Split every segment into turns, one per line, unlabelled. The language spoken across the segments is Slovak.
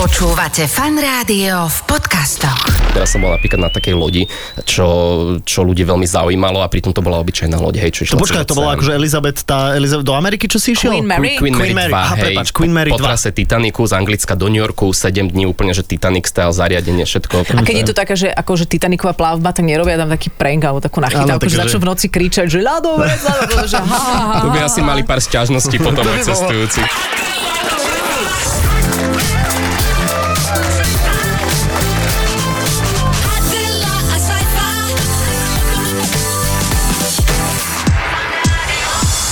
Počúvate fan rádio v podcastoch.
Teraz som bol napríklad na takej lodi, čo, čo ľudí veľmi zaujímalo a pritom to bola obyčajná loď, hej, čo išla
To počkaj,
cez
to
oceán.
bola akože Elizabeth, tá Elizabeth do Ameriky, čo si išiel?
Queen Mary.
Queen, Mary,
Queen Mary,
2,
aha,
hej,
prepáč, Queen Mary
po
2.
trase Titaniku z Anglicka do New Yorku 7 dní úplne, že Titanic style, zariadenie, všetko.
A keď je to taká, že akože Titaniková plavba, tak nerobia tam taký prank alebo takú
Áno,
nachytávku,
takže-
že začnú v noci kričať, že ľadovec, ľadovec, že ha, ha, ha.
To by asi mali pár sťažností potom
To
aj
by bolo.
cestujúci.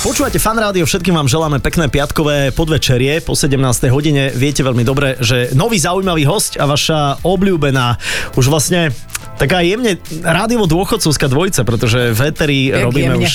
Počúvate fan rádio, všetkým vám želáme pekné piatkové podvečerie po 17. hodine. Viete veľmi dobre, že nový zaujímavý host a vaša obľúbená už vlastne taká jemne rádiovo dôchodcovská dvojica, pretože vetery
Jak
robíme
jemne.
už,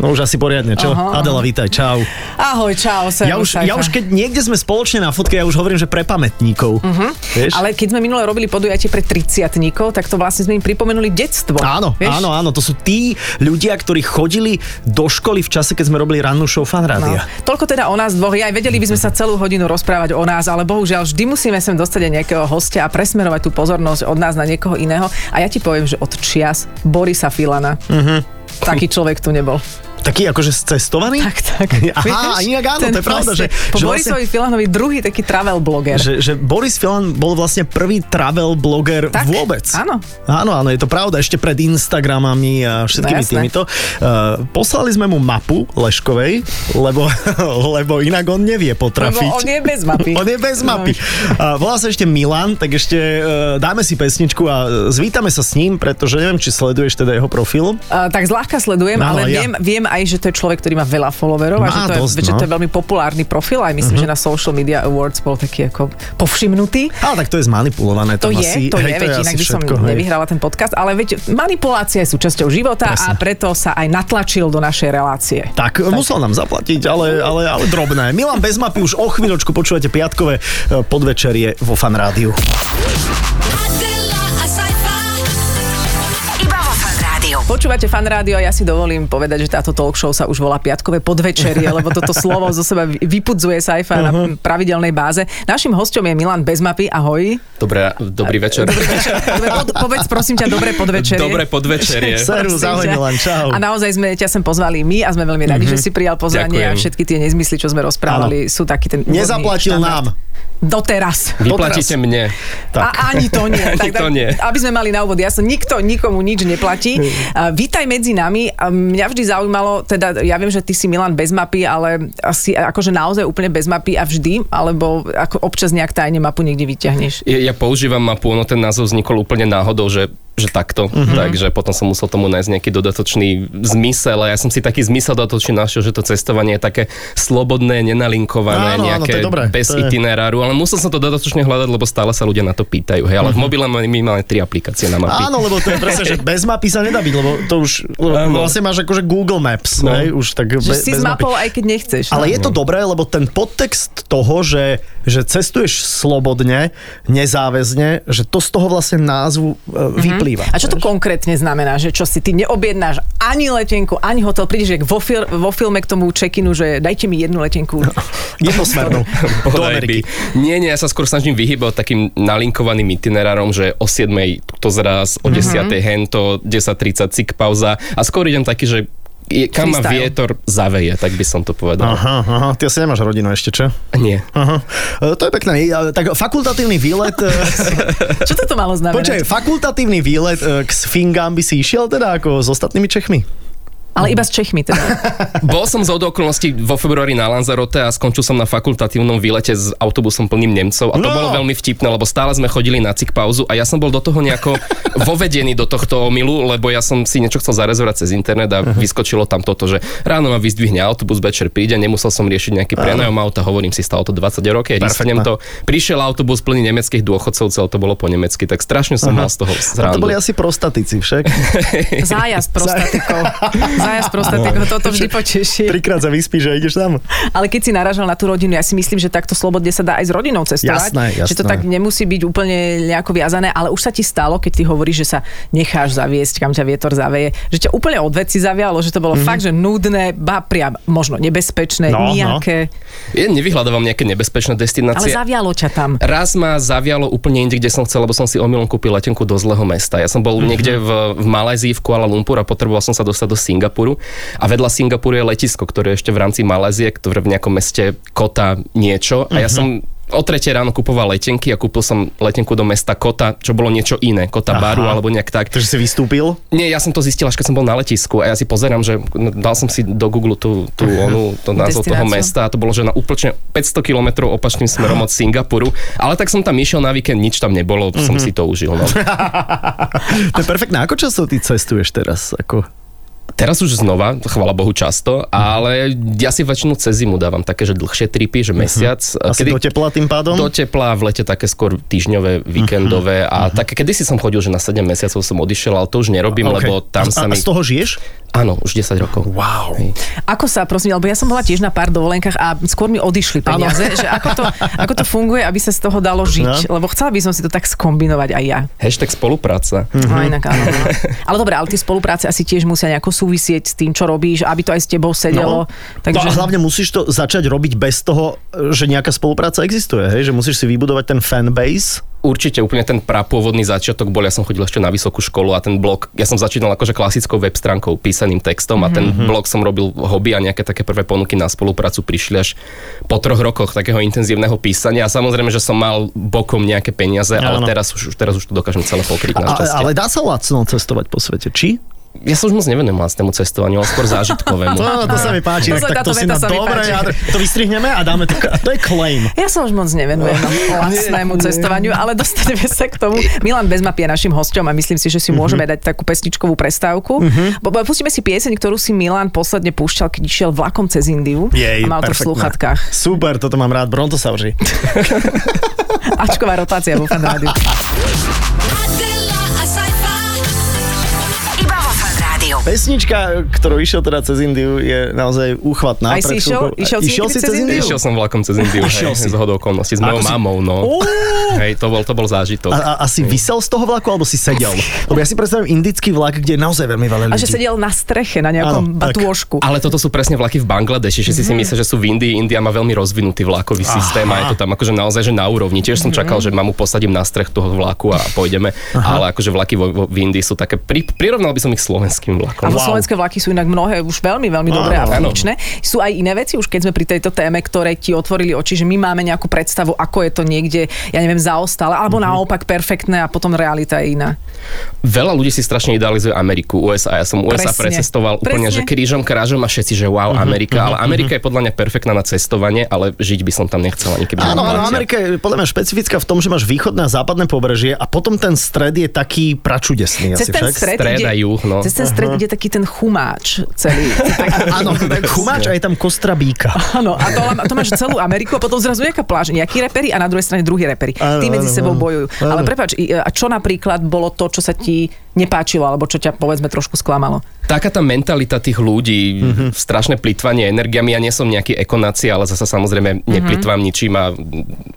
no už asi poriadne, čo?
Aha, aha.
Adela, vítaj, čau.
Ahoj, čau, servus,
Ja už,
sajfa.
ja už keď niekde sme spoločne na fotke, ja už hovorím, že pre pamätníkov. Uh-huh. Vieš?
Mhm. Ale keď sme minule robili podujatie pre 30 tak to vlastne sme im pripomenuli detstvo.
Áno,
vieš?
áno, áno, to sú tí ľudia, ktorí chodili do školy v čase, keď sme robili rannú show fan rádia.
No. Toľko teda o nás dvoch. Aj vedeli by sme sa celú hodinu rozprávať o nás, ale bohužiaľ vždy musíme sem dostať aj nejakého hostia a presmerovať tú pozornosť od nás na niekoho iného. A ja ti poviem, že od čias Borisa Filana.
Mhm.
Taký človek tu nebol.
Taký akože cestovaný?
Tak, tak.
Aha, inak áno,
Ten
to je pravda,
proste-
že-
Po
že
Borisovi Filanovi druhý taký travel bloger.
Že, že Boris Filan bol vlastne prvý travel bloger
Tak,
vôbec.
áno.
Áno, áno, je to pravda, ešte pred Instagramami a všetkými
No,
no,
jasné.
týmito. Uh, poslali sme mu mapu Leškovej, lebo, lebo inak on nevie
Lebo
potrafiť.
on je bez mapy.
On je bez
No.
mapy. A volá sa ešte Milan, tak ešte e, dáme si pesničku a e, zvítame sa s ním, pretože neviem, či sleduješ teda jeho profil.
Uh, tak zľahka
No,
sledujem, no, ale
ale ja-
ja. viem, viem aj, že to je človek, ktorý má veľa followerov a
Má
že to,
dosť,
je, že
no. Mhm.
to je veľmi populárny profil. Aj myslím, uh-huh. že na Social Media Awards bol taký ako povšimnutý.
Ale tak to je zmanipulované.
To
tam
je,
asi,
to
hej,
je, veď
asi
inak by som
všetko, hej.
nevyhrala ten podcast, ale veď manipulácia je súčasťou života
Presne.
a preto sa aj natlačil do našej relácie.
Tak, musel nám zaplatiť, ale, ale, ale drobné. Milan bez mapy už o chvíľočku počúvate piatkové e, podvečerie vo Fan Rádiu.
Iba vo fan rádiu.
Počúvate fan rádio a ja si dovolím povedať, že táto talk show sa už volá piatkové podvečerie, lebo toto slovo zo seba vy- vypudzuje Saifa na
Uh-huh.
pravidelnej báze. Našim hostom je Milan bez mapy, ahoj.
Dobré, dobrý večer.
Dobrý večer. Dobre, pod, povedz prosím ťa dobré podvečerie.
Dobré podvečerie.
Servus,
Prosím
ahoj
ťa.
Milan, čau. Mhm.
A naozaj sme ťa sem pozvali my a sme veľmi radi, mm-hmm. že si prijal pozvanie
Ďakujem.
a všetky tie nezmysly, čo sme rozprávali, sú taký ten úvodný
Nezaplatil
štandard.
nám.
Doteraz.
Vyplatíte mne.
Tak.
A ani to nie.
Ani to nie.
Aby sme mali na úvod jasno, nikto nikomu nič neplatí.
Mm.
A vítaj medzi nami. A mňa vždy zaujímalo, teda ja viem, že ty si Milan bez mapy, ale asi akože naozaj úplne bez mapy a vždy, alebo ako občas nejak tajne mapu niekde vyťahneš.
Ja, ja používam mapu, ono ten názov vznikol úplne náhodou, že že takto,
Mhm.
mm-hmm. takže potom som musel tomu nájsť nejaký dodatočný zmysel a ja som si taký zmysel dodatočný našiel, že to cestovanie je také slobodné, nenalinkované,
Áno, áno, to
nejaké
je dobré,
bez
to je-
itineráru, ale musel som to dodatočne hľadať, lebo stále sa ľudia na to pýtajú, hej, ale v mobile máme minimálne tri aplikácie na mapy.
Mhm. Áno, lebo to je presne, že bez mapy sa nedá byť, lebo to už lebo
Áno.
vlastne máš akože Google Maps,
No.
hej, už tak
Že
be,
si
bez
s
mapy.
mapou, aj keď nechceš. no.
Ale je to dobré, lebo ten podtext toho, že, že cestuješ slobodne, nezáväzne, že to z toho vlastne názvu e, vyplýva.
Mhm. A čo to konkrétne znamená, že čo si ty neobjednáš ani letenku, ani hotel, prídeš jak vo, fil- vo filme k tomu check-inu, že dajte mi jednu letenku.
No. Jednosmernú. Do
Bodaj by.
Ameriky.
Nie, nie, ja sa skôr snažím vyhybať takým nalinkovaným itinerárom, že o 7 to zraz,
Mhm.
o 10 mm-hmm. hento, 10.30 cik pauza a skôr idem taký, že je, kam ma
Freestyle.
vietor zaveje, tak by som to povedal.
Aha, aha, ty asi nemáš rodinu ešte, čo?
Nie.
Aha, E, to je pekné. E, Tak fakultatívny výlet... e,
Čo to malo znamenať?
Počkaj, fakultatívny výlet e, k Sfingám by si išiel teda ako s ostatnými Čechmi?
Ale iba s Čechmi teda.
Bol som z okolností vo februári na Lanzarote a skončil som na fakultatívnom výlete s autobusom plným Nemcov a to
No.
bolo veľmi vtipné, lebo stále sme chodili na cik pauzu a ja som bol do toho nejako vovedený do tohto omilu, lebo ja som si niečo chcel zarezervovať cez internet a
Mhm.
vyskočilo tam toto, že ráno ma vyzdvihne autobus, večer príde, nemusel som riešiť nejaký prenajom auta, hovorím si, stalo to 20 rokov, keď risknem to. Prišiel autobus plný nemeckých dôchodcov, celé to bolo po nemecky, tak strašne som mal z toho
A to
srandu.
boli asi prostatici však.
Zájazd prostatikov. dvaja z prostatíkov, toto vždy poteší.
Trikrát sa vyspíš a ideš tam.
Ale keď si naražal na tú rodinu, ja si myslím, že takto slobodne sa dá aj s rodinou cestovať.
Jasné, jasné.
Že to tak nemusí byť úplne nejako viazané, ale už sa ti stalo, keď ty hovoríš, že sa necháš zaviesť, kam ťa vietor zaveje, že ťa úplne od veci zavialo, že to bolo mm-hmm. fakt, že nudné, ba priam možno nebezpečné,
Mhm. No, no.
nejaké,
Ja nevyhľadávam nejaké nebezpečné
ale
destinácie.
zavialo ťa tam.
Raz ma zavialo úplne inde, kde som chcel, lebo som si omylom kúpil letenku do zlého mesta. Ja som bol mm-hmm. niekde v, v Malajzii, v Kuala Lumpur a potreboval som sa dostať do Singapuru. A vedľa Singapuru je letisko, ktoré je ešte v rámci Malajzie, ktoré v nejakom meste Kota niečo. A ja som o tretie ráno kupoval letenky a kúpil som letenku do mesta Kota, čo bolo niečo iné. Kota
Aha.
Aha. baru alebo nejak tak.
Takže si vystúpil?
Nie, ja som to zistil až keď som bol na letisku a ja si pozerám, že no, dal som si do Google tú, tú onu, to názov toho
Destináciu.
mesta a to bolo, že na úplne 500 km opačným smerom od Singapuru, ale tak som tam išiel na víkend, nič tam nebolo, mm-hmm.
Mhm.
som si to užil. No.
To je perfektné. Ako často ty cestuješ teraz? Ako...
Teraz už znova, chvala Bohu často, ale ja si väčšinu cez zimu dávam také, že dlhšie tripy, že mesiac.
Asi Mhm. do tepla tým pádom? Mhm.
Do tepla, v lete také skôr týždňové, víkendové a také, kedysi som chodil, že na 7 mesiacov som odišiel, ale to už nerobím, okay. lebo tam sa
a, a
mi...
z toho žiješ?
Áno, už 10 rokov.
Wow.
Hej.
Ako sa, prosím, lebo ja som bola tiež na pár dovolenkách a skôr mi odišli peniaze, že ako to, ako to funguje, aby sa z toho dalo žiť,
No.
lebo chcela by som si to tak skombinovať aj ja.
Hashtag spolupráca.
No,
Mhm.
inak, áno, no. Ale dobre, ale tie spolupráce asi tiež musia nejako súvisieť s tým, čo robíš, aby to aj s tebou sedelo. No,
Takže...
takže
No a hlavne musíš to začať robiť bez toho, že nejaká spolupráca existuje, hej? že musíš si vybudovať ten fanbase.
Určite úplne ten prapôvodný začiatok bol, ja som chodil ešte na vysokú školu a ten blog, ja som začínal akože klasickou web stránkou, písaným textom a ten
Mhm.
blog som robil hobby a nejaké také prvé ponuky na spoluprácu prišli až po troch rokoch takého intenzívneho písania a samozrejme, že som mal bokom nejaké peniaze, ale
Áno.
teraz už, už- teraz už to dokážem celé pokryť na
A,
šťastie.
ale dá sa lacno cestovať po svete, či?
Ja sa už moc nevenujem vlastnému cestovaniu, ale skôr zážitkovému.
No, to sa mi páči,
To
tak,
sa-
tak
táto
to si
veta
na
sa mi
dobre,
páči.
jadr- to vystrihneme a dáme to, to je claim.
Ja sa už moc nevenujem no, lacnému cestovaniu, ale dostaneme sa k tomu. Milan Bezmap je našim hosťom a myslím si, že
Mhm.
si môžeme dať takú pesničkovú prestávku. Bo, bo, pustíme si pieseň, ktorú si Milan posledne púšťal, keď išiel vlakom cez Indiu a mal to v
perfektné.
slúchatkách.
Super, toto mám rád, brontosauři.
Ačková rotácia vo fan rádiu.
Adela, a sci-fi.
Iba vo Fan Rádiu.
Pesnička, ktorou išiel teda cez Indiu, je naozaj úchvatná.
Aj
Pred
si išiel?
chvíľkou-
Išiel si niekedy cez Indiu?
Išiel som vlakom cez Indiu,
Išiel
hej,
si.
z hodou okolností, s
Ako
mojou
si-
mamou, no.
Ó!
Hej, to bol, to bol zážitok.
A, a, asi vysel z toho vlaku, alebo si sedel? Lebo ja si predstavím indický vlak, kde je naozaj veľmi veľa
A
ľudí.
že sedel na streche, na
Áno,
nejakom
tak.
batôžku.
Ale toto sú presne vlaky v Bangladeši, že si si myslia, že sú v Indii. India má veľmi rozvinutý vlakový Aha. systém a je to tam akože naozaj že na úrovni. Tiež som čakal, že mamu posadím na strech toho vlaku a pôjdeme, Aha. ale akože vlaky vo, vo, v Indii sú také, pri, prirovnal by som ich slovenským
A
vlakom.
wow.
Wow.
slovenské vlaky sú inak mnohé už veľmi, veľmi dobré a
áno.
funkčné. Sú aj iné veci, už keď sme pri tejto téme, ktoré ti otvorili oči, že my máme nejakú predstavu, ako je to niekde, ja neviem, zaostále, alebo naopak perfektné a potom realita je iná.
Veľa ľudí si strašne idealizuje Ameriku, USA. Ja som USA
Presne.
precestoval úplne,
Presne.
že krížom krážom a všetci, že wow, Amerika. Ale Amerika je podľa mňa perfektná na cestovanie, ale žiť by som tam nechcel ani keby som
Áno, áno,
mal cieľ.
Amerika je podľa mňa špecifická v tom, že máš východné a západné pobrežie a potom ten stred je taký pračudesný asi však.
Stred a juh, no.
cez ten stred ide taký ten chumáč celý.
Áno, chumáč a je tam kostra býka.
Áno, a to, to máš celú Ameriku a potom zrazu nejaká pláž, nejakí reperi a na druhej strane druhý reperi.
Áno,
Tí medzi
áno,
sebou
áno.
bojujú.
Áno.
Ale prepač, i- a čo napríklad bolo to, čo sa ti nepáčilo, alebo čo ťa povedzme trošku sklamalo?
Taká tá mentalita tých ľudí,
Mhm.
mm-hmm. strašné plýtvanie energiami, ja nie som nejaký ekonáci, ale zasa
Mhm.
samozrejme neplýtvam mm-hmm. ničím a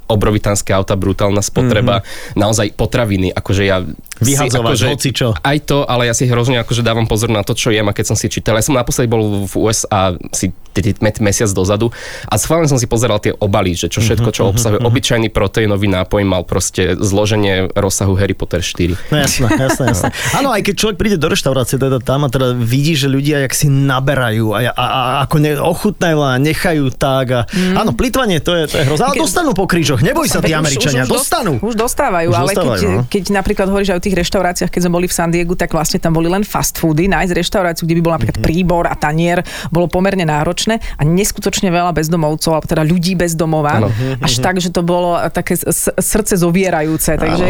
obrovitánske auta, brutálna spotreba, mm-hmm. naozaj potraviny, akože ja... si
Mhm.
akože
Vyhadzovať hocičo.
Aj to, ale ja si hrozne akože dávam pozor na to, čo jem a keď som si čítal. Ja som naposledy bol v USA si tedy met- mesiac dozadu a schválne som si pozeral tie obaly, že čo všetko,
Mhm,
čo obsahuje. Obyčajný proteínový nápoj mal proste zloženie rozsahu Harry Potter 4.
No jasné, jasné, jasné. Áno, aj keď človek príde do reštaurácie, teda tam a teda vidí, že ľudia jak si naberajú a, a, a ako ne, ochutnajú a nechajú tak. A, Áno, plýtvanie, to je, to je hrozné. Ale
Keď-
dostanú po krížoch, neboj sa tí
Veď Mhm. už-
Američania,
už- už
dostanú.
dost- Už dostávajú,
Už
ale keď,
dostávajú, no.
keď napríklad hovoríš aj o tých reštauráciách, keď sme boli v San
Mhm.
Diegu, tak vlastne tam boli len fast foody. Nájsť reštauráciu, kde by bol napríklad príbor a tanier, bolo pomerne ročné a neskutočne veľa bezdomovcov, alebo teda ľudí bez domova.
Áno.
Mhm.
Až tak, že to bolo také s- srdce zovierajúce. Takže,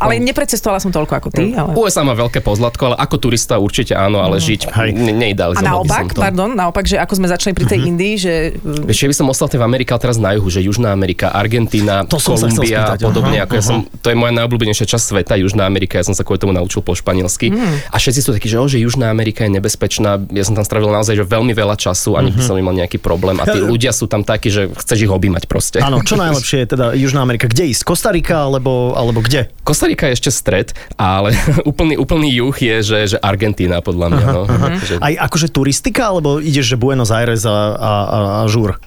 ale neprecestovala som toľko ako ty. Ale...
USA má veľké pozlatko, ale ako turista určite áno, ale žiť
Mm. Hej.
ne-
A
neidealizoval by som
naopak,
to.
pardon, naopak, že ako sme začali pri tej
Mhm.
Indii, že mm,
Vieš, ja by som ostal v Amerike, ale teraz na juhu, že Južná Amerika, Argentína,
To som sa chcel
Kolumbia a
spýtať,
podobne.
aha,
Ako ja som, to je moja najobľúbenejšia časť sveta, Južná Amerika. Ja som sa kvôli tomu naučil po španielsky.
Mm.
A všetci sú takí, že, o, že Južná Amerika je nebezpečná. Ja som tam strávil naozaj že veľmi veľa času a
Mhm.
nikdy som nemal nejaký problém. A tí ľudia sú tam takí, že chceš ich objímať proste.
Áno, čo najlepšie je teda Južná Amerika. Kde ísť? Kostarika alebo, alebo kde?
Kostarika je ešte stred, ale úplný, úplný juh je, že, že Argentína podľa mňa. no. Takže
Aj akože turistika, alebo ideš, že Buenos Aires a, a, a, a žúr?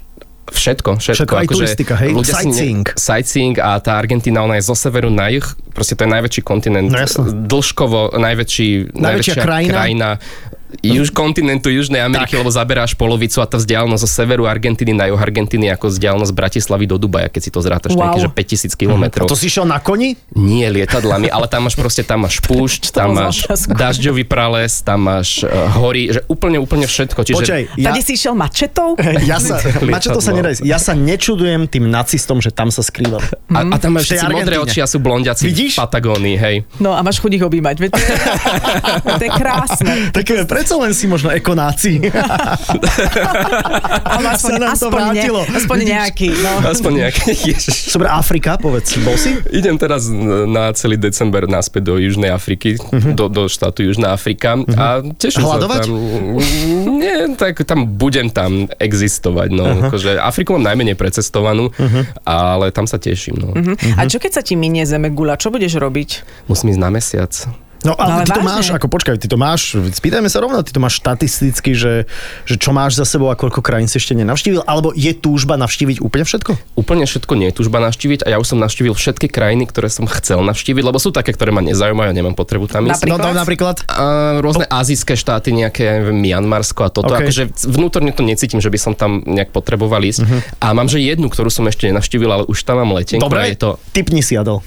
Všetko, všetko. Akože
Všetko, aj turistika, hej?
ľudia si
Sightseeing.
Ne, sightseeing a tá Argentína, ona je zo severu na juh, proste to je najväčší kontinent.
No jasné.
Dlžkovo najväčší,
Najväčšia
najväčšia
krajina.
krajina. krajina Juž, kontinentu Južnej Ameriky, lebo zaberáš polovicu a tá vzdialenosť zo severu Argentíny na juh Argentíny je ako vzdialenosť Bratislavy do Dubaja, keď si to zrátaš, wow.
Wow.
že 5000 kilometrov.
Mhm. To si šiel na koni?
Nie lietadlami, ale tam máš proste, tam máš púšť, tam
bola
máš
otázka.
dažďový prales, tam máš eh, hory, že úplne, úplne všetko. Čiže
Počkaj, ja,
tady si išiel mačetou?
ja sa, na čo to sa nedá ísť? Ja sa nečudujem tým nacistom, že tam sa skrývali.
A, a tam
Mhm.
majú
V tej
všetci modré
Argentíne.
oči a sú blondiaci
Vidíš?
v Patagónii, hej.
No a máš chuť ich objímať. Veď to je, to je krásne.
Tak eh, predsa len si možno ekonáci.
Ale
Sa
aspoň,
nám to
aspoň, ne,
vrátilo.
aspoň
Vidíš?
nejaký. No.
Aspoň nejaké, ježiš.
Dobre, Afrika, povedz. Bol si?
Idem teraz na celý december naspäť do Južnej Afriky, do, do štátu Južná Afrika a teším
Hľadovať?
sa tam. Nie, tak tam budem tam existovať, no. Akože Afriku mám najmenej precestovanú, ale tam sa teším, no.
Mhm. A čo keď sa ti minie zeme gula? Čo budeš robiť?
Musím ísť na mesiac.
No ale, ale
Ale
ty to
vážne?
máš, ako počkaj, ty to máš, spýtajme sa rovno, ty to máš štatisticky, že, že čo máš za sebou a koľko krajín si ešte nenavštívil, alebo je túžba navštíviť úplne všetko? No,
Úplne všetko nie je túžba navštíviť a ja už som navštívil všetky krajiny, ktoré som chcel navštíviť, lebo sú také, ktoré ma nezaujímajú a nemám potrebu tam ísť.
No, no
Napríklad?
napríklad?
A rôzne azijské štáty, nejaké ja neviem, Mianmarsko a toto.
Ok.
Okay. Akože vnútorne to necítim, že by som tam nejak potreboval ísť.
Mhm.
Uh-huh. A mám, že jednu, ktorú som ešte nenavštívil, ale už tam mám letenku. a
Dobre,
Je to
typni si, Adel.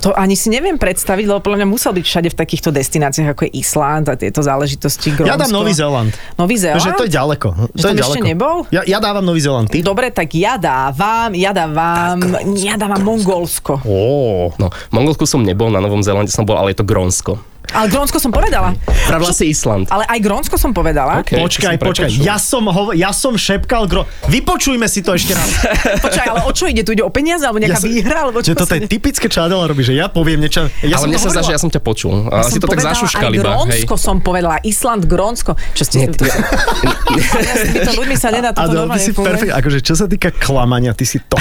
To ani si neviem predstaviť, lebo podľa mňa musel byť všade v takýchto destináciách, ako je Island a tieto záležitosti. Grónsko.
Ja dám Nový Zéland.
Nový Zéland?
Že to je ďaleko.
Že
to je
tam
ďaleko.
ešte nebol?
Ja, ja dávam Nový Zéland, ty?
Dobre, tak ja dávam, ja dávam, ja dávam Mongolsko.
Ó,
No, v Mongolsku som nebol, na Novom Zélande som bol, ale je to Grónsko.
Ale Grónsko som povedala.
Pravila si Island.
Ale aj Grónsko som povedala.
Ok. Keď
počkaj,
som
počkaj.
prepočul.
Ja som, ho, ja som šepkal gro... Vypočujme si to ešte raz.
Počkaj, ale o čo ide? Tu ide o peniaze alebo
Ja
nejaká
som-
výhra?
Že
Alebo čo
toto
sa
je
ide?
typické, čo Adela robí, že ja poviem niečo.
ale
Ja som
mne
to
sa zdá, že
hovorila.
ja som ťa počul. ale si
som
to tak
povedala
zašuškali
Aj
iba. hej.
Grónsko som povedala, Island, Grónsko. Čo ste...
Nie, to-
S týmito Vlastne ľuďmi sa nedá toto
Adel, ty
normálne
si perfekt.
funguje.
Akože, čo sa týka klamania, ty si top.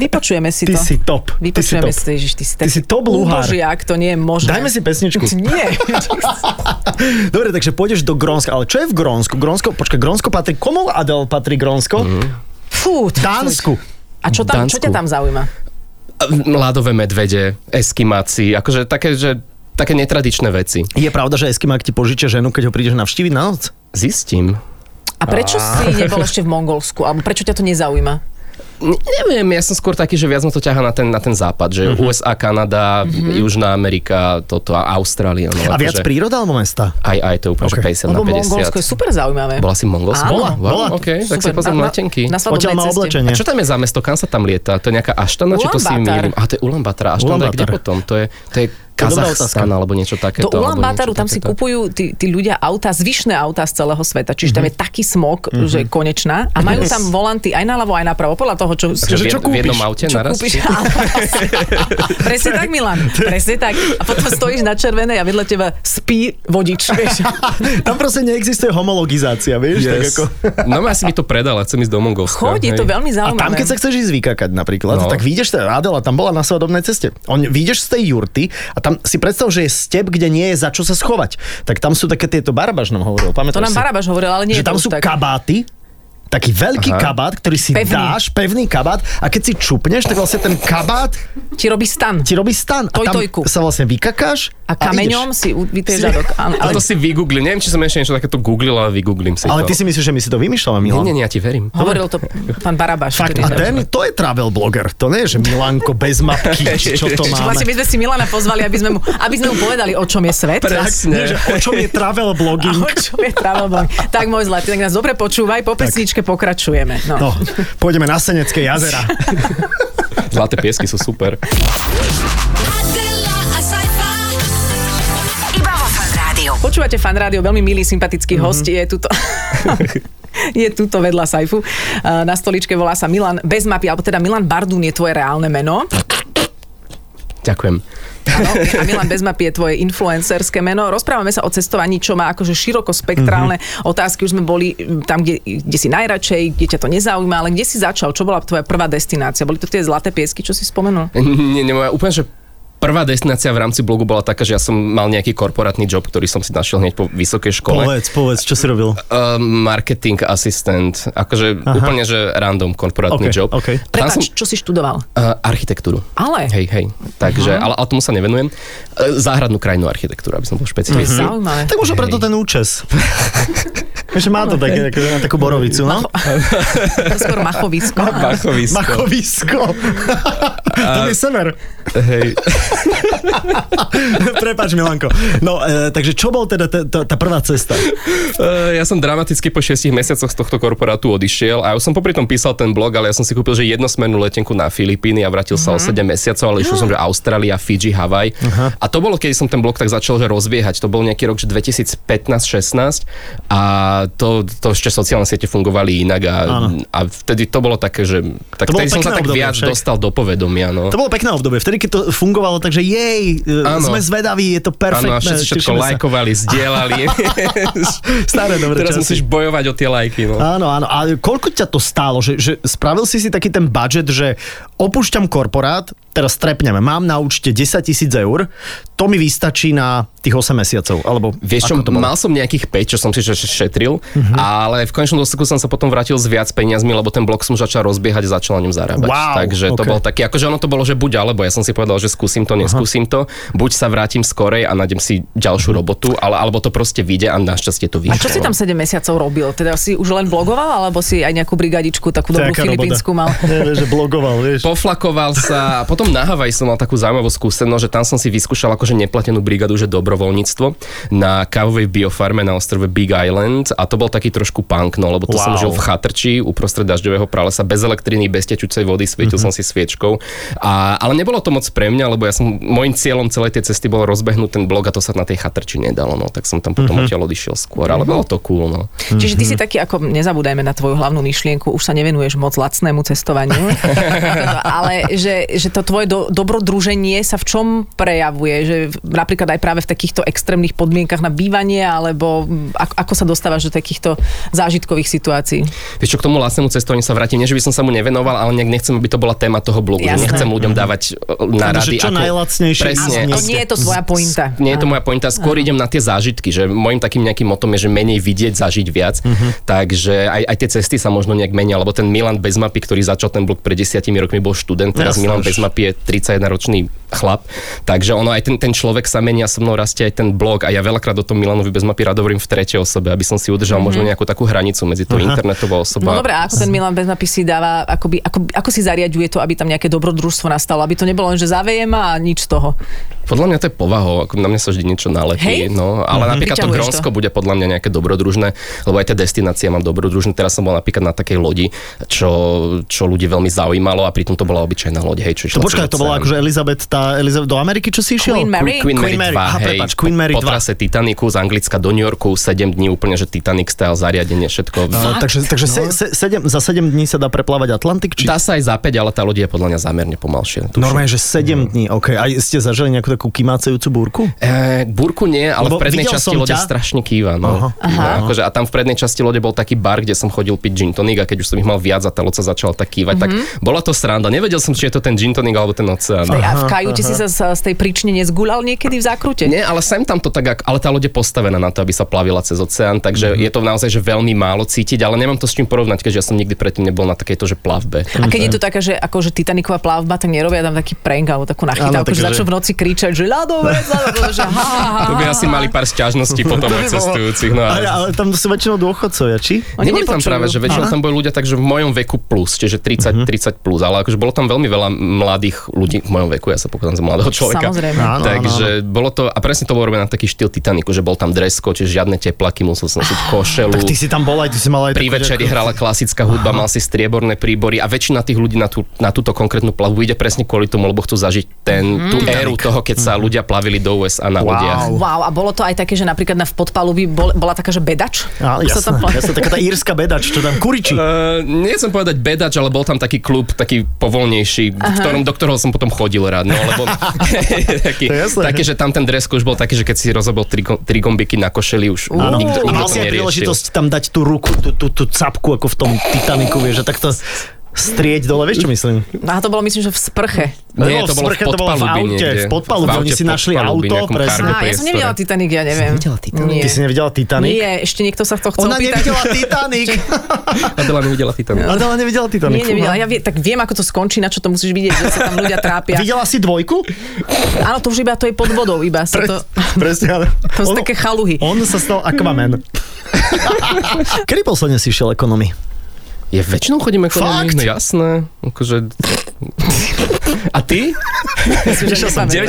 Vypočujeme si
Ty
to.
si top. Ty si
Vypočujeme
top.
si to, Ježiš, ty si,
Ty
taký
si top luhár.
úbožiak, to nie je možné.
Dajme si pesničku.
Nie.
Dobre, takže pôjdeš do Grónska. Ale čo je v Grónsku? Grónsko, počkaj, Grónsko patrí, komu Adel patrí Grónsko?
Mhm.
Fú, tak
Dánsku.
A čo, tam, čo
Dánsku.
ťa tam zaujíma?
Mladové medvede, eskimáci, akože také, že také netradičné veci.
Je pravda, že Eskimák ti požičia ženu, keď ho prídeš navštíviť na noc?
Zistím.
A prečo si nebol ešte v Mongolsku? Alebo prečo ťa to nezaujíma?
Ne- Neviem, ja som skôr taký, že viac ma to ťaha na ten, na ten západ, že
Mhm.
uh-huh. USA, Kanada, uh-huh. Južná Amerika, toto a Austrália. No,
A
akože-
viac príroda alebo mesta?
Aj, aj, to je úplne,
Ok.
okay. že 50
Lebo
na 50.
Mongolsko je super zaujímavé.
Bola si v Mongolsku?
Áno.
Bola, wow,
bola.
OK, tak si
Super.
pozriem
A- na-
letenky.
Odtiaľ
Na svadobnej
má
ceste.
oblečenie.
A čo tam je za mesto? Kam sa tam lieta? To je nejaká Aštana, či to si
Ulan Bator.
milím? A to je Ulan Batra. Aštana je kde
Bator.
potom? To je, to je
dobrá
Kazachstan
otázka.
alebo niečo takéto.
Do Ulan
alebo niečo
Bataru tam si
takéto.
kupujú tí, tí ľudia auta, zvyšné auta z celého sveta, čiže
Mhm.
tam je taký smog, že konečná. A majú tam volanty aj naľavo, aj napravo, podľa toho, čo,
Že v,
čo
jed- v jednom
kúpiš?
aute
čo
naraz?
kúpiš. presne tak, Milan, presne tak. A potom stojíš na červenej a vedľa teba spí vodič. Vieš.
Tam proste neexistuje homologizácia, vieš? Tak
Yes.
ako...
No asi by to predala, chcem ísť do Mongolska.
Chod, je to
hej.
veľmi
A
zaujímavé.
tam, keď sa chceš ísť vykakať napríklad, no.
No.
tak vyjdeš, tá Adela tam bola na svadobnej ceste. On, vyjdeš z tej jurty a tam si predstav, že je step, kde nie je za čo sa schovať. Tak tam sú také tieto, Barabaš nám hovoril,
to
pamätáš
nám
si?
Barabaš hovoril, ale nie
že
je to
tam
už
sú
tak.
kabáty, taký veľký Aha. kabát, ktorý si
Pevný.
pevný. dáš, pevný kabát a keď si čupneš, tak vlastne ten kabát
Ti robí stan.
ti robí stan. a tam
Tojtojku.
sa vlastne vykakáš
A kameňom
ideš.
si u-
Si-
vytrieš zadok. Áno,
Ale
ale
to si vygoogli. Neviem, či som ešte niečo takéto googlil, ale vygooglím si
Ale
to.
ty si myslíš, že my si to vymýšľame,
Nie,
Milan?
nie, nie, ja ti verím.
No.
hovoril to pán Barabáš.
Fakt, a
ktorý-
ten, to je travel blogger. To nie je, že Milanko bez mapky, či čo to
Čiže vlastne
máme.
my sme si Milana pozvali, aby sme mu, aby sme mu povedali, o čom je svet.
Nie, že o čom je travel
A
blogging?
o čom je travel blog. Tak môj zlatý, tak nás dobre počúvaj, po pesničke pokračujeme.
No, pôjdeme na Senecké jazera.
Zlaté piesky sú super.
Adela, a saifa.
Iba vo Fan Rádiu.
Počúvate fan rádio, veľmi milý, sympatický mm-hmm. host je tuto. je tuto vedľa Saifu. Eh, Na stoličke volá sa Milan bez mapy, alebo teda Milan Bardún je tvoje reálne meno.
Ďakujem.
Áno, a Milan bez mapy je tvoje influencerské meno. Rozprávame sa o cestovaní, čo má akože širokospektrálne mm-hmm. otázky. Už sme boli mm, tam, kde, kde si najradšej, kde ťa to nezaujíma, ale kde si začal? Čo bola tvoja prvá destinácia? Boli to tie zlaté piesky, čo si spomenul?
Nie, nie, moja úplne, že prvá destinácia v rámci blogu bola taká, že ja som mal nejaký korporátny job, ktorý som si našiel hneď po vysokej škole.
Povedz, povedz, čo si robil?
Uh, marketing asistent, akože Aha. úplne, že random korporátny
OK,
job.
OK.
Tam som,
Prepač, čo si študoval?
uh, architektúru.
Ale?
Hej, hej. Takže, ale, ale tomu sa nevenujem. Uh, záhradnú krajinnú architektúru, aby som bol špecialista.
Zaujímavé.
Tak možno preto ten účes. Že má to také, akože na takú borovicu, no?
Skôr machovisko.
Bachovisko.
Machovisko. to je sever.
Hej.
Prepač, Milanko. No, e, takže čo bol teda t- t- tá prvá cesta?
Eh, ja som dramaticky po 6 mesiacoch z tohto korporátu odišiel a ja som popri tom písal ten blog, ale ja som si kúpil, že jednosmernú letenku na Filipíny a vrátil sa o 7 mesiacov, ale išiel som, že Austrália, Fidži, Havaj. A to bolo, keď som ten blog tak začal že rozbiehať. To bol nejaký rok, že 2015-16 a to, to ešte sociálne siete fungovali inak a,
Áno.
a vtedy to bolo také, že tak
To bolo
vtedy som sa
pekné
tak
obdobie
viac
však.
dostal do povedomia. No.
To bolo pekné obdobie, vtedy keď to fungovalo, takže jej, e,
Áno.
sme zvedaví, je to
Áno, a
perfektné.
všetci všetko
tešíme sa.
lajkovali, zdieľali.
Staré dobré
Teraz
časy.
musíš bojovať o tie lajky. No.
Áno, áno. A koľko ťa to stálo? Že, že spravil si si taký ten budget, že opúšťam korporát, teraz strepnem, mám na účte 10 tisíc eur, to mi vystačí na tých 8 mesiacov. Alebo
Vieš čo,
ako to bolo? Mhm.
mal som nejakých 5, čo som si že- že šetril, uh-huh. ale v konečnom dôsledku som sa potom vrátil s viac peniazmi, lebo ten blog som začal rozbiehať, začal na ňom zarábať.
Wow,
Takže to
ok.
bol taký, akože ono to bolo, že buď alebo, ja som si povedal, že skúsim to, neskúsim to, buď sa vrátim skorej a nájdem si
Mhm.
ďalšiu robotu, ale, alebo to proste vyjde a našťastie to vyšlo. no.
A čo si tam 7 mesiacov robil? Teda si už len blogoval, alebo si aj nejakú brigadičku, takú
To je
dobrú
aká
filipínsku mal?
robota. Nie, vieš, že blogoval, vieš.
Poflakoval sa, a potom na Havaj som mal takú zaujímavú skúsenosť, že tam som si vyskúšal akože neplatenú brigadu, že dobrovoľníctvo na kávovej biofarme na ostrove Big Island a to bol taký trošku punk, no lebo to som
Wow.
žil v chatrči uprostred dažďového pralesa, bez elektriny, bez tečúcej vody,
Mhm.
svietil mm-hmm. som si sviečkou. A, ale nebolo to moc pre mňa, lebo ja som, môjim cieľom celej tej cesty bolo rozbehnúť ten blog a to sa na tej chatrči nedalo, no tak som tam potom mm-hmm.
Mhm.
odtiaľ odišiel skôr, ale bolo to cool, no.
Čiže ty si taký, ako nezabúdajme na tvoju hlavnú myšlienku, už sa nevenuješ moc lacnému cestovaniu, ale že, že to tvoje do, dobrodruženie sa v čom prejavuje? Že v- napríklad aj práve v takýchto extrémnych podmienkach na bývanie, alebo mm, ako, ako sa dostávaš do takýchto zážitkových situácií?
Vieš čo, k tomu vlastnému cestovaniu sa vrátim. Nie, že by som sa mu nevenoval, ale nejak nechcem, aby to bola téma toho blogu. Že
Jasné. Mhm.
Nechcem ľuďom dávať na
Takže
rady.
Akože čo najlacnejšie
Presne.
ísť
To
Jasne.
nie je to tvoja pointa.
Nie je to moja pointa, skôr idem na tie zážitky, že môjim takým nejakým motom je, že menej vidieť, zažiť viac, takže aj, aj tie cesty sa možno nejak menia, lebo ten Milan bez mapy, ktorý začal ten blog pred desiatimi rokmi, bol študent, teraz
Jasné
Milan
už.
bez mapy je 31-ročný chlap, takže ono aj ten, ten človek sa menia, so mnou rastie aj ten blog a ja veľakrát o tom Milanovi bez mapy rád hovorím v tretej osobe, aby som si udržal možno nejakú takú hranicu medzi tou internetovou osobou.
Mhm. No
a-
dobre, a ako ten Milan bez mapy si dáva, akoby, ako, ako si zariaduje to, aby tam nejaké dobrodružstvo nastalo, aby to nebolo len, že zavejem a nič z toho.
Podľa mňa to je povahou, ako na mňa sa vždy niečo nalepí,
Hej?
no, ale mm-hmm. napríklad to
Vyťahuješ
Grónsko
to.
bude podľa mňa nejaké dobrodružné, lebo aj tie destinácie mám dobrodružné. Teraz som bol napríklad na takej lodi, čo, čo ľudí veľmi zaujímalo a pritom to bola obyčajná loď, hej, čo išla
To počkaj,
cez
to bola
oceán.
akože Elizabeth, tá Elizabeth do Ameriky, čo si išiel?
Queen Mary.
Queen Mary,
Queen Mary,
2,
aha,
hej,
prepáč, Queen Mary
po
2.
trase Titaniku z Anglicka do New Yorku, 7 dní úplne, že Titanic style, zariadenie, všetko.
No, takže takže se, se, sedem, za 7 dní sa dá preplávať Atlantik? Či...
Dá sa aj za 5, ale tá loď je podľa mňa zámerne pomalšie. tuším.
No. Normálne, že 7 dní, OK. A ste zažili nejakú takú kymácejúcu búrku?
E, burku nie, ale
Lebo
v prednej
videl
časti
som
lode
ťa.
strašne kýva.
Aha.
No.
Aha.
No, akože, a tam v prednej časti lode bol taký bar, kde som chodil piť gin tonic a keď už som ich mal viac a tá loď sa začala tak kývať,
Mhm.
tak bola to sranda. Nevedel som, či je to ten gin tonic alebo ten oceán.
A v kajute si sa z, z tej príčne nezgulal niekedy v zákrute?
Nie, ale sem tam to tak, ak- ale tá loď je postavená na to, aby sa plavila cez oceán, takže mm-hmm. je to naozaj že veľmi málo cítiť, ale nemám to s čím porovnať, keďže ja som nikdy predtým nebol na takejto, že plavbe.
A keď je to taká, že akože Titaniková plavba, tak nerobia tam taký prank alebo takú
Áno, také,
nachytávku, že začnú
že-
v noci kričať, že ľadovec, ľadovec, že ha, ha, ha,
To by asi
ha,
mali pár sťažností potom aj cestujúcich. No,
Ale,
ale...
ale tam sú väčšinou dôchodcovia, či?
Oni
Neboli tam
nepočujú.
práve, že väčšinou
Aha.
tam boli ľudia takže v mojom veku plus, čiže
Mhm.
30, 30 plus, ale akože bolo tam veľmi veľa mladých ľudí v mojom veku, ja sa pokladám za mladého človeka.
Samozrejme.
Áno, áno,
Takže bolo to, a presne to bolo robené na taký štýl Titaniku, že bol tam dresko, čiže žiadne teplaky, musel som
Ah,
nosiť košelu.
Tak ty si tam bol aj, ty si mal aj...
Pri
takú, že
večeri
ako-
hrala klasická hudba, mal si strieborné príbory a väčšina tých ľudí na, tú, na túto konkrétnu plavbu ide presne kvôli tomu, lebo chcú zažiť ten,
Mhm.
tú éru toho, keď sa ľudia plavili do USA na
Mhm. Wow.
lodiach.
Wow, a bolo to aj také, že napríklad na v podpalubí bol, bola taká, že bedač?
Á,
No, Sa
jasné,
tam pla-
jasné, taká tá írska bedač, čo tam kuričí.
Uh, nechcem povedať bedač, ale bol tam taký klub, taký povolnejší, v ktorom, do ktorého som potom chodil rád. No, lebo taký,
To je jasné.
také, že tam ten dresko už bol taký, že keď si rozobil tri, go- tri gombiky na košeli, už
Áno,
nikto, nikto
a mal
to
si aj
neriešil.
príležitosť tam dať tú ruku, tú, tú, tú capku, ako v tom Titaniku, vieš, že takto strieť dole, vieš čo myslím?
No A to bolo myslím, že v sprche.
Nie, to bolo v
sprche, to bolo v
podpalubí
aute,
niekde.
v podpalubí,
V
oni
aute,
si
v
našli
podpalubí,
auto,
nejakom
presne.
cargo
Á, No, ja som
priestore.
nevidela Titanic, ja neviem.
nevidela Titanic?
Nie.
Ty si nevidela Titanic?
Nie, ešte niekto sa to chcel
Ona
pýtať.
nevidela Titanic.
Adela nevidela Titanic.
Ona nevidela Titanic.
Nie, nevidela. Ja vie, tak viem, ako to skončí, na čo to musíš vidieť, že sa tam ľudia trápia.
Videla si dvojku?
Áno, to už iba to je pod vodou, iba sa to...
Presne, ale...
To sú
Ono-
také chaluhy.
On sa stal Aquaman. Kedy posledne si šiel ekonomy?
Ja väčšinou chodím ako
Fakt?
No jasné. Akože... A ty?
Išiel
V 98.
Ja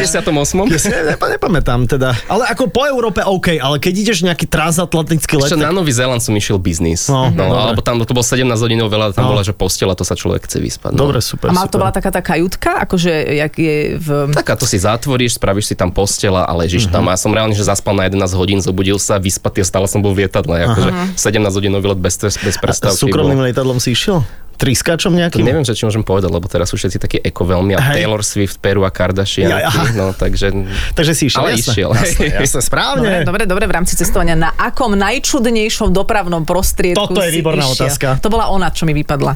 si ne- nepa- nepamätám teda. Ale ako po Európe OK, ale keď ideš nejaký transatlantický let,
Ešte
tak
na Nový Zéland som išiel biznis.
No,
No, no,
dobre.
alebo tam to bolo 17 hodinov veľa, tam
No.
bola, že postela, to sa človek chce vyspať. No.
Dobre, super.
A mal to
super.
bola taká tá kajutka, akože jak je v...
Taká, to si zatvoríš, spravíš si tam postela a ležíš mm-hmm.
Mhm.
tam. A ja som reálne, že zaspal na 11 hodín, zobudil sa, vyspatý a stále som bol v lietadle. Akože 17 hodinový let bez, bez
A
prestávky.
s súkromným
bol.
lietadlom si išiel? Triskáčom nejakým?
Neviem, že či môžem povedať, lebo teraz sú všetci takí eko veľmi a
Hej.
Taylor Swift, Peru a Kardashian.
Ja, aha.
no, takže...
Takže si išiel,
Ale
jasné.
išiel.
Jasné, jasné, správne.
Dobre, dobre, dobre, v rámci cestovania. Na akom najčudnejšom dopravnom prostriedku
Toto je
si
výborná
išiel?
otázka.
To bola ona, čo mi vypadla.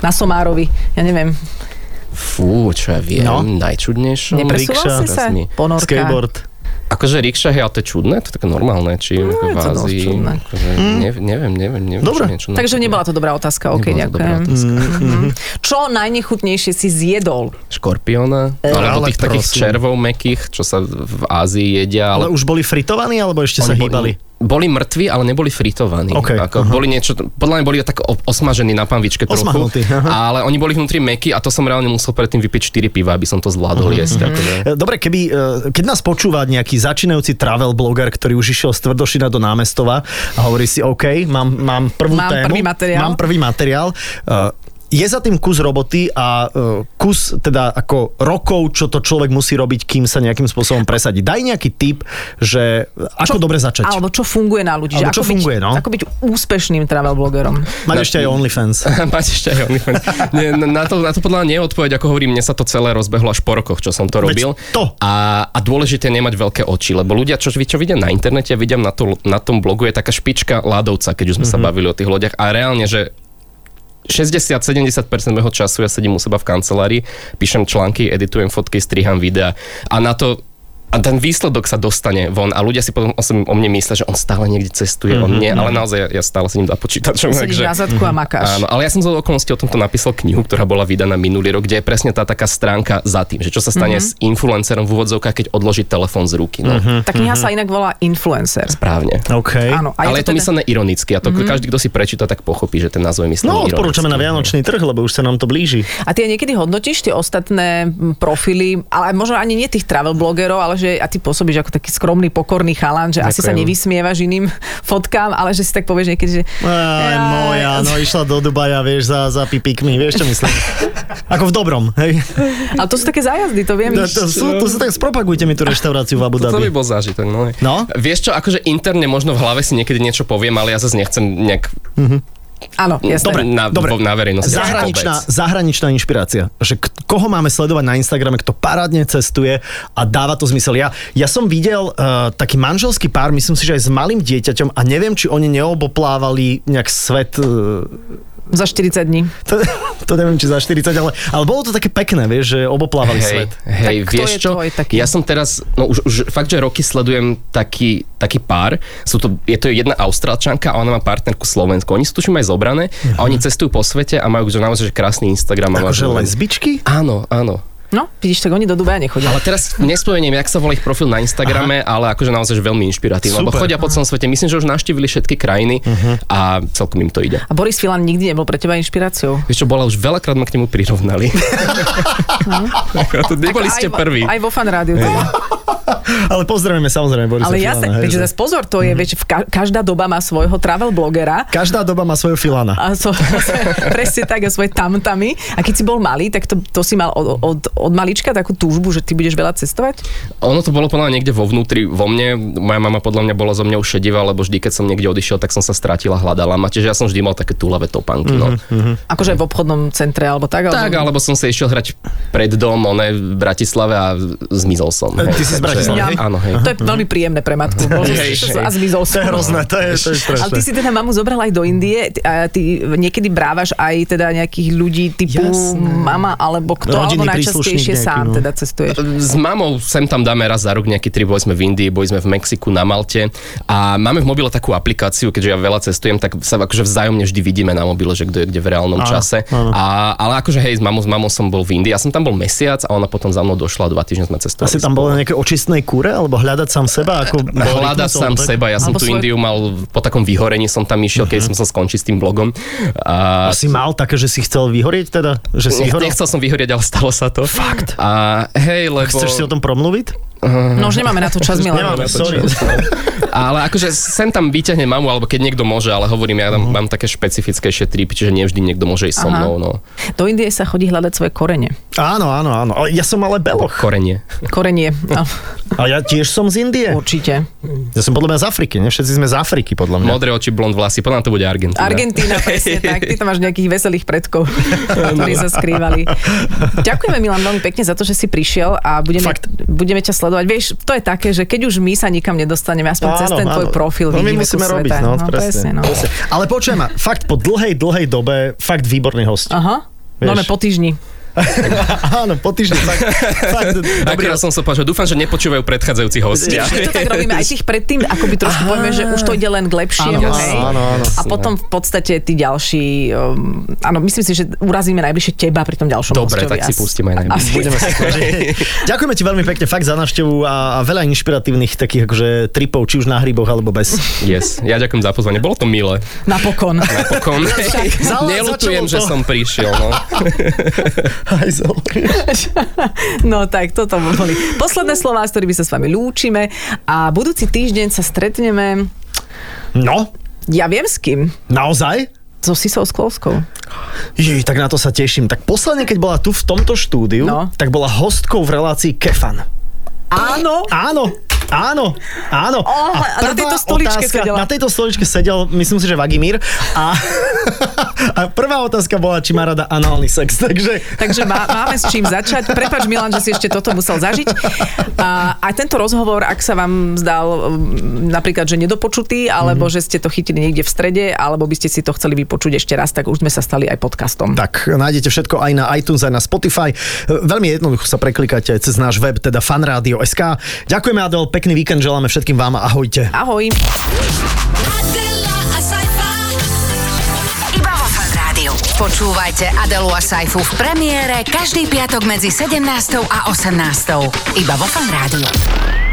Na Somárovi. Ja neviem.
No, Fú, čo ja viem,
No.
no. najčudnejšie.
Nepresúval
rikša,
si sa?
krásny.
Ponorka.
Skateboard.
Akože rikša, hej, ale to je čudné, to je také normálne, či no,
je
v
to dosť
Ázii.
čudné.
Akože, ne, neviem, neviem, neviem.
Hm. Dobre.
čo je čudné.
Takže nebola to dobrá otázka, ok,
Nebola to dobrá
ďakujem. Mhm. Čo najnechutnejšie si zjedol?
Škorpióna, alebo
E, ale
tých takých
prosím.
červov mekých, čo sa v Ázii jedia,
Ale
ale...
už boli fritovaní, alebo ešte sa hýbali?
boli mŕtvi, ale neboli fritovaní.
Ok,
Ako, boli niečo, podľa mňa boli tak o- osmažení na panvičke trochu.
Osmahnutí, aha.
Ale oni boli vnútri meky a to som reálne musel predtým vypiť 4 piva, aby som to zvládol jesť. Akože.
E, Dobre, keby, e, keď nás počúva nejaký začínajúci travel bloger, ktorý už išiel z Tvrdošina do Námestova a hovorí si, OK, mám, mám prvú
Mám
tému.
prvý materiál.
Mám prvý materiál. E, Je za tým kus roboty a e, kus teda ako rokov, čo to človek musí robiť, kým sa nejakým spôsobom presadí. Daj nejaký tip, že ako dobre začať.
Alebo čo funguje na ľudí?
Alebo
že
čo
ako
funguje,
byť,
no?
Ako byť úspešným travel blogerom.
Mať ešte aj OnlyFans.
Mať ešte aj OnlyFans. Nie, na- na, to, na to podľa mňa nie je odpoveď, ako hovorím, mne sa to celé rozbehlo až po rokoch, čo som to
Veď
robil.
to.
A, a dôležité je nemať veľké oči, lebo ľudia, čo, čo vidia na internete, vidia na, to, na tom blogu, je taká špička ľadovca, keď už sme
Mhm.
mm-hmm. sa bavili o tých lodiach. A reálne, že 60-70% mojho času ja sedím u seba v kancelárii, píšem články, editujem fotky, striham videá a na to a ten výsledok sa dostane von a ľudia si potom o, som- o mne myslia, že on stále niekde cestuje,
Mhm,
mm-hmm. on nie, ale naozaj ja, ja stále sedím za počítačom.
Sedíš
takže-
na zadku a makáš.
Áno, ale ja som z okolností o tomto napísal knihu, ktorá bola vydaná minulý rok, kde je presne tá taká stránka za tým, že čo sa
Mhm.
stane mm-hmm. s influencerom v úvodzovkách, keď odloží telefón z ruky. No, mm-hmm.
Tá
Mhm.
kniha sa inak volá Influencer.
Správne.
OK.
Áno.
A ale je to,
teda-
myslené ironicky a to mm-hmm. každý, kto si prečíta, tak pochopí, že ten názov je myslený
Mhm. No, odporúčame na
ironicky.
Vianočný trh, lebo už sa nám to blíži.
A ty aj niekedy hodnotíš tie ostatné mm, profily, ale možno ani nie tých travel blogerov, ale že a ty pôsobíš ako taký skromný, pokorný chalan, že Ďakujem. asi sa
Ďakujem.
nevysmievaš iným fotkám, ale že si tak povieš niekedy, že...
Aj,
Jaj.
moja, no išla do Dubaja, vieš, za, za pipíkmi, vieš, čo myslím. Ako v dobrom, hej.
Ale to sú také zájazdy, to viem.
To, No, to, sú, to sa tak spropagujte mi tú reštauráciu v Abu
To by
Dhabi.
bol zážitok, no.
No?
Vieš čo, akože interne možno v hlave si niekedy niečo poviem, ale ja zase nechcem nejak
Áno, jasné.
Dobre, na,
dobre.
vo- na verejnosti.
Zahraničná, zahraničná inšpirácia. Že k- koho máme sledovať na Instagrame, kto parádne cestuje a dáva to zmysel. Ja, ja som videl uh, taký manželský pár, myslím si, že aj s malým dieťaťom a neviem, či oni neoboplávali nejak svet... Uh,
Za 40 dní.
to, to neviem, či za 40, ale, ale bolo to také pekné, vieš, že oboplávali
Hej,
svet.
hej
Tak kto
vieš
je
čo,
tvoj taký?
ja som teraz, no už, už fakt, že roky sledujem taký, taký pár, sú to, je to jedna austrálčanka a ona má partnerku Slovensku. Oni sú tuším aj zobrané a oni cestujú po svete a majú že naozaj že krásny Instagram. a
Mhm. Akože
majú-
lesbičky?
Áno, áno.
No, vidíš, tak oni do Dubaja nechodia.
Ale teraz nespomeniem, jak sa volá ich profil na Instagrame, Aha. ale akože naozaj že veľmi inšpiratívne. Lebo
Super. Mhm.
chodia po celom svete, myslím, že už naštívili všetky krajiny uh-huh. a celkom im to ide.
A Boris Filan nikdy nebol pre teba inšpiráciou.
Vieš čo, bola už veľakrát ma k nemu prirovnali. to neboli
Ako
ste
aj,
prví.
Aj vo fan rádiu. Teda.
Ale pozdravíme samozrejme Borisa
Ale
Filana,
jasné,
hej, že-
veď zase pozor, to je, veď v ka- každá doba má svojho travel blogera,
Každá doba má svojho Filana.
a so, presne tak, a svoje tamtami. A keď si bol malý, tak to, to si mal od, od, od malička takú túžbu, že ty budeš veľa cestovať?
Ono to bolo podľa mňa niekde vo vnútri, vo mne. Moja mama podľa mňa bola zo mňa už šedivá, lebo vždy, keď som niekde odišiel, tak som sa strátila, hľadala ma. Čiže ja som vždy mal také túlavé topanky. No.
Mhm,
Akože v obchodnom centre alebo tak?
Tak, alebo som sa išiel hrať pred dom, one v Bratislave a zmizol som.
E,
hej.
ty si z
Takže-
Bratislavy, hej?
Áno, hej.
To je veľmi príjemné pre matku. Bol-
Hej, hej.
a zmizol
To je
som.
hrozné, to je, to je strašné.
Ale ty si teda mamu zobral aj do Indie ty- a ty niekedy brávaš aj teda nejakých ľudí typu
Jasné.
mama alebo kto, alebo
Rodinný
najčastejšie
príslušník nejaký,
sám
no.
teda cestuješ.
S mamou sem tam dáme raz za rok nejaký trip, boli sme v Indii, boli sme v Mexiku, na Malte a máme v mobile takú aplikáciu, keďže ja veľa cestujem, tak sa akože vzájomne vždy vidíme na mobile, že kto je kde v reálnom
Áno,
čase.
áno.
A, ale akože hej, s mamou, s mamou som bol v Indii, ja som tam bol mesiac a ona potom za mnou došla a dva týždne sme cestovali.
Asi tam bolo
spolu.
nejaké očistnej kúre, alebo hľadať sám seba? Ako bol
Hľadať
rytmusom,
sám
tak? Mhm.
seba, ja som
Alebo
tú
svoj-
Indiu mal po takom vyhorení, som tam išiel, keď som sa skončil s tým blogom. A,
Si mal také, že si chcel vyhorieť teda? Že si
Nech-
vyhorel?
Nechcel som vyhorieť, ale stalo sa to. Fakt. A hej, lebo...
Chceš si o tom promluviť?
No už nemáme na to čas, Milan.
Nemáme, sorry.
Ale akože sem tam vyťahne mamu, alebo keď niekto môže, ale hovorím, ja tam mám také špecifickejšie tripy, čiže nevždy niekto môže ísť so
Aha.
mnou, no.
Do Indie sa chodí hľadať svoje korene.
Áno, áno, áno. Ale ja som ale beloch.
Korenie.
Korenie, no,
A ja tiež som z Indie.
určite.
Ja som podľa mňa z Afriky, ne? Všetci sme z Afriky, podľa mňa.
Modré oči, blond vlasy, podľa mňa to bude Argentína.
Argentína, presne tak. Ty tam máš nejakých veselých predkov, ktorí sa skrývali. Ďakujeme Milan veľmi pekne za to, že si prišiel a budeme,
Fakt.
budeme ťa sledovať. Vieš, to je také, že keď už my sa nikam nedostaneme, aspoň cez ten tvoj profil
no my
vidíme
musíme
kus
robiť,
sveta.
no, presne,
presne, no.
presne. Ale počuj ma, fakt po dlhej, dlhej dobe, fakt výborný host.
Aha.
Vieš.
No ne, po týždni.
Áno, po týždni, fakt, fakt dobrý
Akorát som sa páčil, dúfam, že nepočúvajú predchádzajúcich hostia.
Vieš, my to tak robíme aj tých predtým, ako by trošku povieme, že už to ide len k
Áno,
lepšiemu. hej?
áno, áno.
A potom v podstate tí ďalší, um, áno, myslím si, že urazíme najbližšie teba pri tom ďalšom
Dobre,
hostovi.
tak si
Asi-
pustíme aj najbližšie.
asi
Budeme sa snažiť. Ďakujeme ti veľmi pekne fakt za návštevu a, a veľa inšpiratívnych takých akože tripov, či už na hryboch alebo bez.
Yes, ja ďakujem za pozvanie, bolo to milé.
Napokon.
Napokon.
Za- začalo
Nelutujem, že
to.
som prišiel, no.
Aj zol.
No tak, toto boli posledné slova, s ktorými sa s vami lúčime a budúci týždeň sa stretneme,
No,
ja viem s kým,
naozaj?
so Sisou Sklovskou.
Jej, tak na to sa teším. Tak posledne, keď bola tu v tomto štúdiu,
No.
tak bola hostkou v relácii Kefan.
Áno,
Áno, áno, áno.
Oh, a na
prvá
tejto stoličke sedela.
Na tejto stoličke sedel, myslím si, že Vagimír. A, a prvá otázka bola, či má rada análny sex. Takže
Takže má, máme s čím začať. Prepač Milan, že si ešte toto musel zažiť. A aj tento rozhovor, ak sa vám zdal mm, napríklad, že nedopočutý, alebo že ste to chytili niekde v strede, alebo by ste si to chceli vypočuť ešte raz, tak už sme sa stali aj podcastom.
Tak, nájdete všetko aj na iTunes, aj na Spotify. Veľmi jednoducho sa preklikáte aj cez náš web, teda fanradio.sk. Ďakujeme, Adel, pekný víkend želáme všetkým vám a ahojte.
Ahoj.
Adela, a sci-fi.
Iba vo Fan Rádiu. Počúvajte Adelu a Saifu v premiére každý piatok medzi 17. a 18. Iba vo Fan Rádiu.